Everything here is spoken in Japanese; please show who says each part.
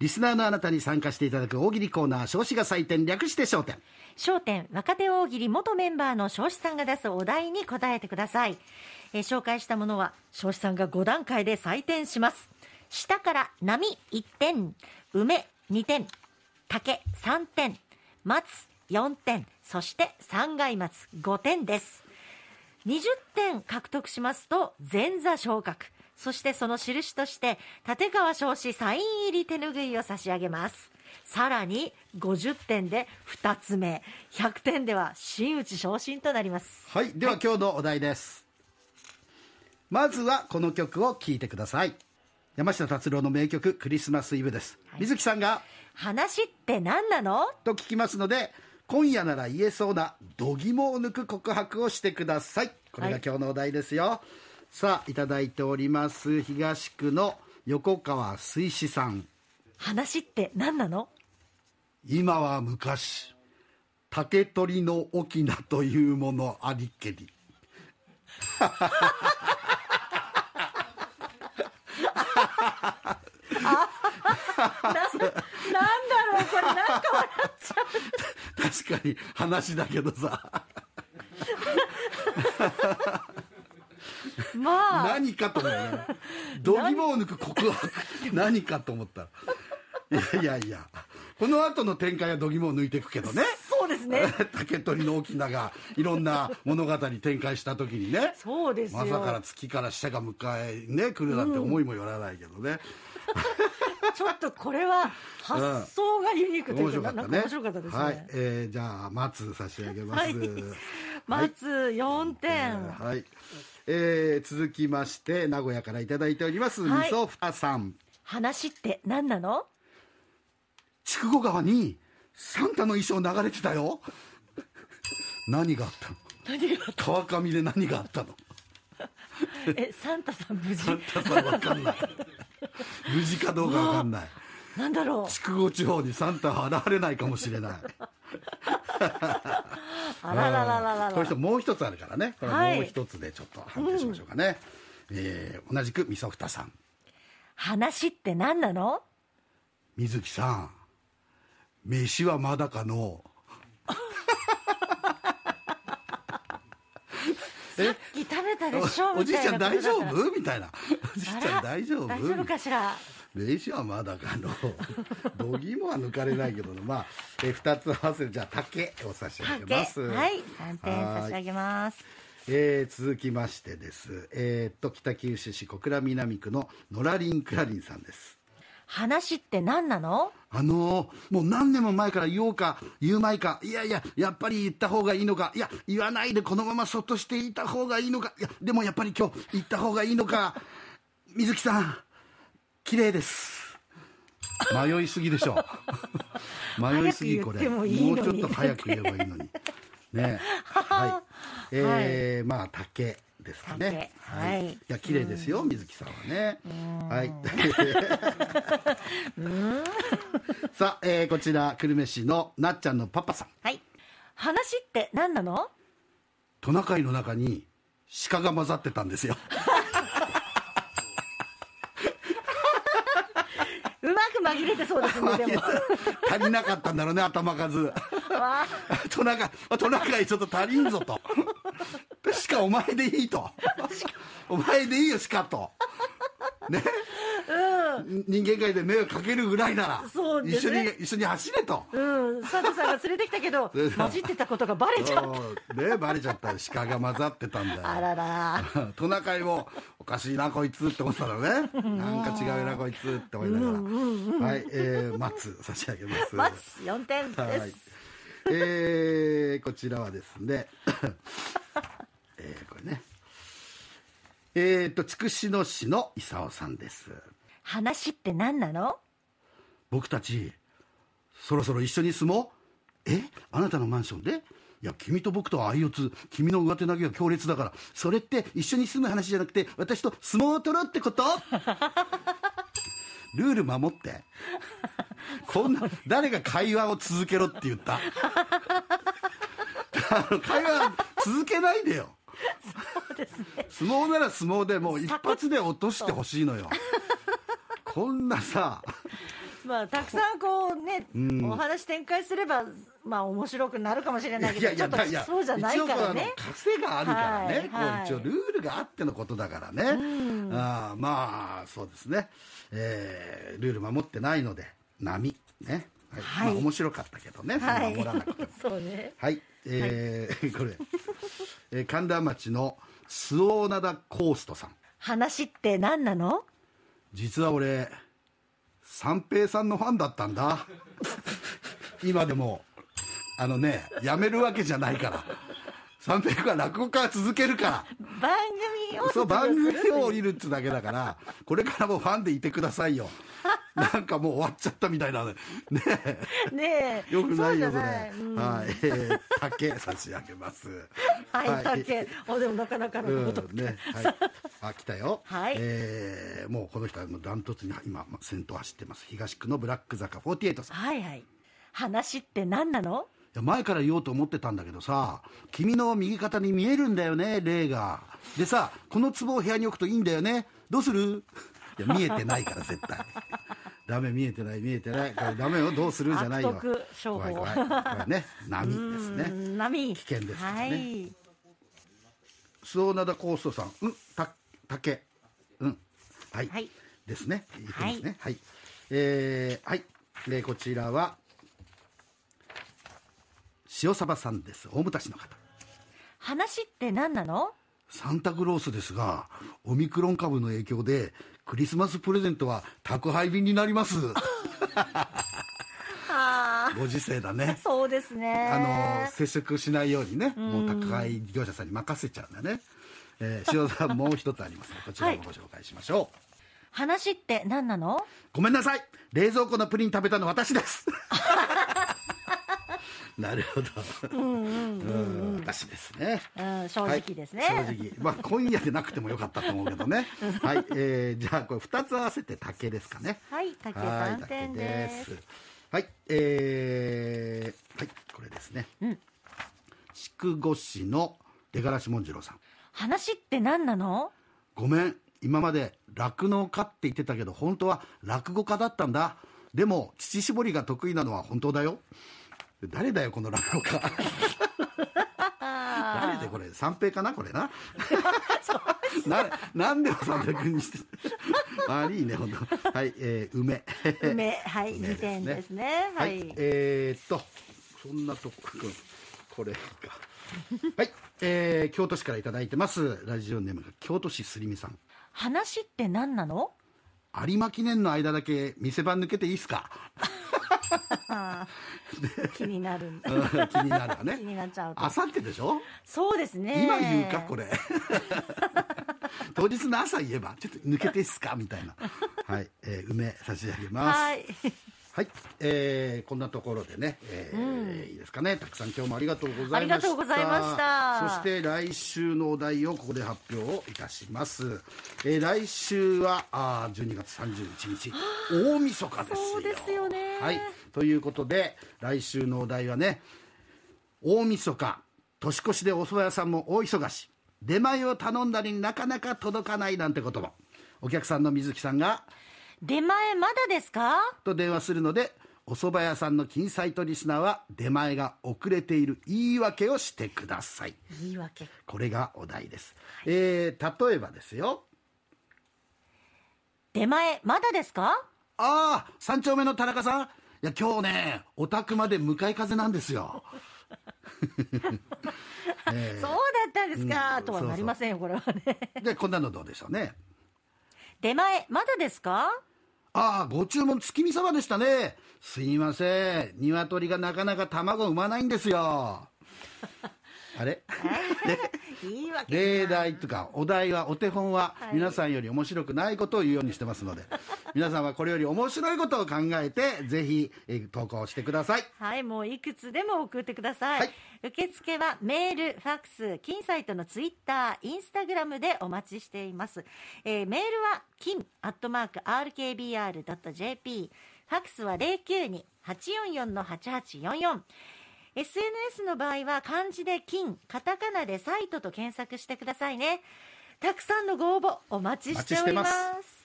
Speaker 1: リスナーのあなたに参加していただく大喜利コーナー、少子が採点、略して焦点。
Speaker 2: 焦点若手大喜利元メンバーの彰子さんが出すお題に答えてください、えー紹介したものは彰子さんが5段階で採点します下から波1点梅2点竹3点松4点そして三階松5点です20点獲得しますと前座昇格そしてその印として立川彰子サイン入り手ぬぐいを差し上げますさらに50点で2つ目100点では真打ち昇進となります
Speaker 1: はい、では今日のお題です。まずはこの曲を聴いてください。山下達郎の名曲、クリスマスイブです。水木さんが、
Speaker 2: 話って何なの
Speaker 1: と聞きますので、今夜なら言えそうな、度肝を抜く告白をしてください。これが今日のお題ですよ。さあ、いただいております。東区の横川水志さん。
Speaker 2: 話って何なの
Speaker 1: 今は昔竹取の翁というものありけり
Speaker 2: なんだろうこれなんか笑っちゃう
Speaker 1: 確かに話だけどさ
Speaker 2: まあ
Speaker 1: 何かと思うよ度肝を抜く告白って何かと思ったらいやいやいやこの後の展開は度肝を抜いていくけどね
Speaker 2: そうですね
Speaker 1: 竹取の翁がいろんな物語展開した時にね
Speaker 2: そうですよ
Speaker 1: まさから月から下が迎えね来るなんて思いもよらないけどね、
Speaker 2: ちょっとこれは発想がユニークとい
Speaker 1: 面
Speaker 2: う
Speaker 1: 白か
Speaker 2: か、
Speaker 1: っ
Speaker 2: な
Speaker 1: た
Speaker 2: んか
Speaker 1: ね。
Speaker 2: 面白かったですね、
Speaker 1: はい、えー、じゃあ松差し上げます。
Speaker 2: はい松4点、
Speaker 1: はい。えー、続きまして名古屋からいただいております、
Speaker 2: はい
Speaker 1: みそふたさん。
Speaker 2: 話って何なの
Speaker 1: 筑後川にサンタの衣装流れてたよ。何があったの？
Speaker 2: 何が
Speaker 1: 川上で何があったの？
Speaker 2: えサンタさん無事
Speaker 1: サンタさんわかん ない。無事かどうかわかんない。
Speaker 2: なんだろう
Speaker 1: 筑後地方にサンタは現れないかもしれない。
Speaker 2: あららららら
Speaker 1: この人
Speaker 2: ら
Speaker 1: もう一つあるからね。これ
Speaker 2: はい
Speaker 1: もう一つでちょっと判定しましょうかね。えー同じくみそふたさん。
Speaker 2: 話って何なの
Speaker 1: 水木さん飯はまだかの
Speaker 2: さっき食べたでしょ
Speaker 1: おお
Speaker 2: み
Speaker 1: じい
Speaker 2: た
Speaker 1: ち
Speaker 2: い
Speaker 1: ゃん
Speaker 2: な
Speaker 1: 大
Speaker 2: ことだ
Speaker 1: 丈
Speaker 2: から
Speaker 1: 夫みたいなおじいちゃ
Speaker 2: あら
Speaker 1: ん大丈夫
Speaker 2: 大丈夫かしら
Speaker 1: 飯はまだかの度肝は抜かれないけどねまあえ2つ合わせてじゃあ竹を差し上げ
Speaker 2: 竹
Speaker 1: ます
Speaker 2: はい3点
Speaker 1: はーい
Speaker 2: 差し上げます
Speaker 1: えー続きましてですえーっと北九州市小倉南区ののらりんくらりんさんです
Speaker 2: 話って何なの
Speaker 1: あのーもう何年も前から言おうか言うまいかいやいややっぱり言った方がいいのかいや言わないでこのままそっとしていた方がいいのかいやでもやっぱり今日言った方がいいのか水木さん綺麗です迷いすぎでしょ迷いすぎこれ
Speaker 2: 早く言ってもいいのに
Speaker 1: うちょっと早く言えばいいのにねえはい えー、まあ竹ですかね
Speaker 2: 竹はい
Speaker 1: いや綺麗ですよ水木さんはねはい さあ、えーこちら久留米市のなっちゃんのパパさん
Speaker 2: はい話って何なの
Speaker 1: トナカイの中に鹿が混ざってたんですよ
Speaker 2: うまく紛れてそうですねでも
Speaker 1: 足りなかったんだろうね頭数
Speaker 2: わ
Speaker 1: トナカイトナカイちょっと足りんぞと鹿お前でいい とお前でいいよ鹿とね、人間界で迷惑かけるぐらいなら
Speaker 2: そうです
Speaker 1: 一緒に
Speaker 2: ね
Speaker 1: 一緒に走れと
Speaker 2: あうんサンタさんが連れてきたけ ど
Speaker 1: れでは
Speaker 2: 混じってたことがバレちゃう
Speaker 1: そうねバレちゃったよ鹿が混ざってたんだよ
Speaker 2: あらら
Speaker 1: トナカイもおかしいなこいつって思ってたのねなんか違うなこいつって思いながら、はいえー、松差し上げます
Speaker 2: 松4点です、
Speaker 1: はいえー、こちらはですね えー、これねえー、と筑紫野市の伊佐さんです
Speaker 2: 話って何なの
Speaker 1: 僕たちそろそろ一緒に住もうえあなたのマンションでいや君と僕とは相四つ君の上手投げが強烈だからそれって一緒に住む話じゃなくて私と相撲を取ろうってこと ルール守ってこんな誰が会話を続けろって言った あの会話続けないでよ
Speaker 2: そうですね
Speaker 1: 相撲なら相 撲でもう一発で落としてほしいのよこんなさ
Speaker 2: まあ、たくさんこうね、お話展開すれば、まあ、面白くなるかもしれないけど、ちょっと
Speaker 1: いや
Speaker 2: そうじゃないからね
Speaker 1: 一応こ。うあの癖があるからね、
Speaker 2: はいはい
Speaker 1: こう一応ルールがあってのことだからね、あーまあそうですね、えールール守ってないので波ね、はい
Speaker 2: はい
Speaker 1: まあ、面白かったけどね、その守らな くても
Speaker 2: そうね。
Speaker 1: はい、えーこれ、えー神田町の周防灘コーストさん
Speaker 2: 話って何なの
Speaker 1: 実は俺三平さんのファンだったんだ今でもあのねやめるわけじゃないから三平君は落語家は続けるから
Speaker 2: 番組を
Speaker 1: そう番
Speaker 2: 卒業す
Speaker 1: 組
Speaker 2: る
Speaker 1: を降りるっつだけだからこれからもファンでいてくださいよなんかもう終わっちゃったみたいなねね
Speaker 2: ねえ
Speaker 1: よくないよそれ
Speaker 2: うじゃないうん
Speaker 1: はい、えー、竹差し上げます
Speaker 2: はい、だけ。あ、でもなかなかのこと。
Speaker 1: うん ね、はい、あ来たよ、
Speaker 2: はい
Speaker 1: えーもうこの人はもうダントツに今まあ先頭走ってます東区のブラック坂48さんい
Speaker 2: はいはい。話って何なの
Speaker 1: や前から言おうと思ってたんだけどさ君の右肩に見えるんだよね霊がでさこの壺を部屋に置くといいんだよねどうするいや見えてないから絶対 ダメ見えてない見えてないこれダメよどうするじゃないよ
Speaker 2: 悪徳商
Speaker 1: 怖
Speaker 2: 法
Speaker 1: い怖いこれね波ですね
Speaker 2: うん波。
Speaker 1: 危険ですからね
Speaker 2: はい。
Speaker 1: スオナダコーストさん、うん、た、竹、うん、はい、
Speaker 2: はい
Speaker 1: ですね。いいですね。はい、えー、はい、で、こちらは。塩サバさんです。大牟田市の方。
Speaker 2: 話って何なの
Speaker 1: サンタクロースですが、オミクロン株の影響で、クリスマスプレゼントは宅配便になり ます。
Speaker 2: あ
Speaker 1: ご時世だね
Speaker 2: あ、。そうですね。
Speaker 1: あの接触しないようにね、もう宅配業者さんに任せちゃうんだね。えー、塩さんもう一つあります、ね。こちらもご紹介しましょう。
Speaker 2: 話って何なの
Speaker 1: ごめんなさい冷蔵庫のプリン食べたの私です なるほどうん私ですね
Speaker 2: うん、正直ですね。
Speaker 1: はい正直まあ今夜でなくてもよかったと思うけどねはい、えー、じゃあこれ2つ合わせて竹ですかね
Speaker 2: はい竹
Speaker 1: はい
Speaker 2: 三点です
Speaker 1: 竹はいえー、はいこれですね筑後市の出がらしもんじろうさん
Speaker 2: 話って何なの
Speaker 1: ごめん今まで酪農家って言ってたけど本当は落語家だったんだでも乳搾りが得意なのは本当だよ誰だよこの落語家誰でこれ三平かなこれ なななんでも三平君にしてあいいね本当はいえー、梅
Speaker 2: 梅、はい、
Speaker 1: 梅ですね
Speaker 2: 二点ですね。は
Speaker 1: はい、
Speaker 2: い。
Speaker 1: えー、っとそんなとここれかはい、えー、京都市から頂いいてますラジオネームが京都市すりみさん
Speaker 2: 話って何なの
Speaker 1: 有馬記念の間だけ店番抜けていいっすか
Speaker 2: あー気にな る。
Speaker 1: うん気になるわね
Speaker 2: 気になっちゃうと
Speaker 1: あさってでしょ、
Speaker 2: そうですね。
Speaker 1: 今言うかこれ 当日の朝言えばちょっと抜けていいっすかみたいなはい、えー梅差し上げますは、
Speaker 2: はいい。
Speaker 1: えーこんなところでね、えーいいですかねたくさん今日もありがとうございました
Speaker 2: ありがとうございました
Speaker 1: そして来週のお題をここで発表をいたします、えー来週はあー12月31日大晦日ですよ
Speaker 2: そうですよね
Speaker 1: はいということで来週のお題はね大晦日年越しでお蕎麦屋さんも大忙し出前を頼んだりなかなか届かないなんてこともお客さんの水木さんが
Speaker 2: 出前まだですか
Speaker 1: と電話するのでお蕎麦屋さんの金サイトリスナーは出前が遅れている言い訳をしてください
Speaker 2: 言い訳。
Speaker 1: これがお題です、えー例えばですよ
Speaker 2: 出前まだですか
Speaker 1: ああ三丁目の田中さんいや今日ねお宅まで向かい風なんですよ
Speaker 2: そうだったんですかとはなりませんよ、これはね。
Speaker 1: でこんなのどうでしょうね
Speaker 2: 出前まだですか
Speaker 1: ああ、ご注文月見様でしたね。すいません。鶏がなかなか卵を産まないんですよ。あれ
Speaker 2: 言い訳。
Speaker 1: 例題とかお題はお手本は
Speaker 2: はい
Speaker 1: 皆さんより面白くないことを言うようにしてますので、皆さんはこれより面白いことを考えて、ぜひえー投稿してください。
Speaker 2: はい、もういくつでも送ってください。
Speaker 1: はい
Speaker 2: 受付はメール、ファックス、金サイトのツイッター、インスタグラムでお待ちしています。えーメールは金アットマーク RKBR.jp、ファックスは092-844-8844。SNS の場合は漢字で金、カタカナでサイトと検索してくださいね。たくさんのご応募お待ちしており
Speaker 1: お待ちして
Speaker 2: ます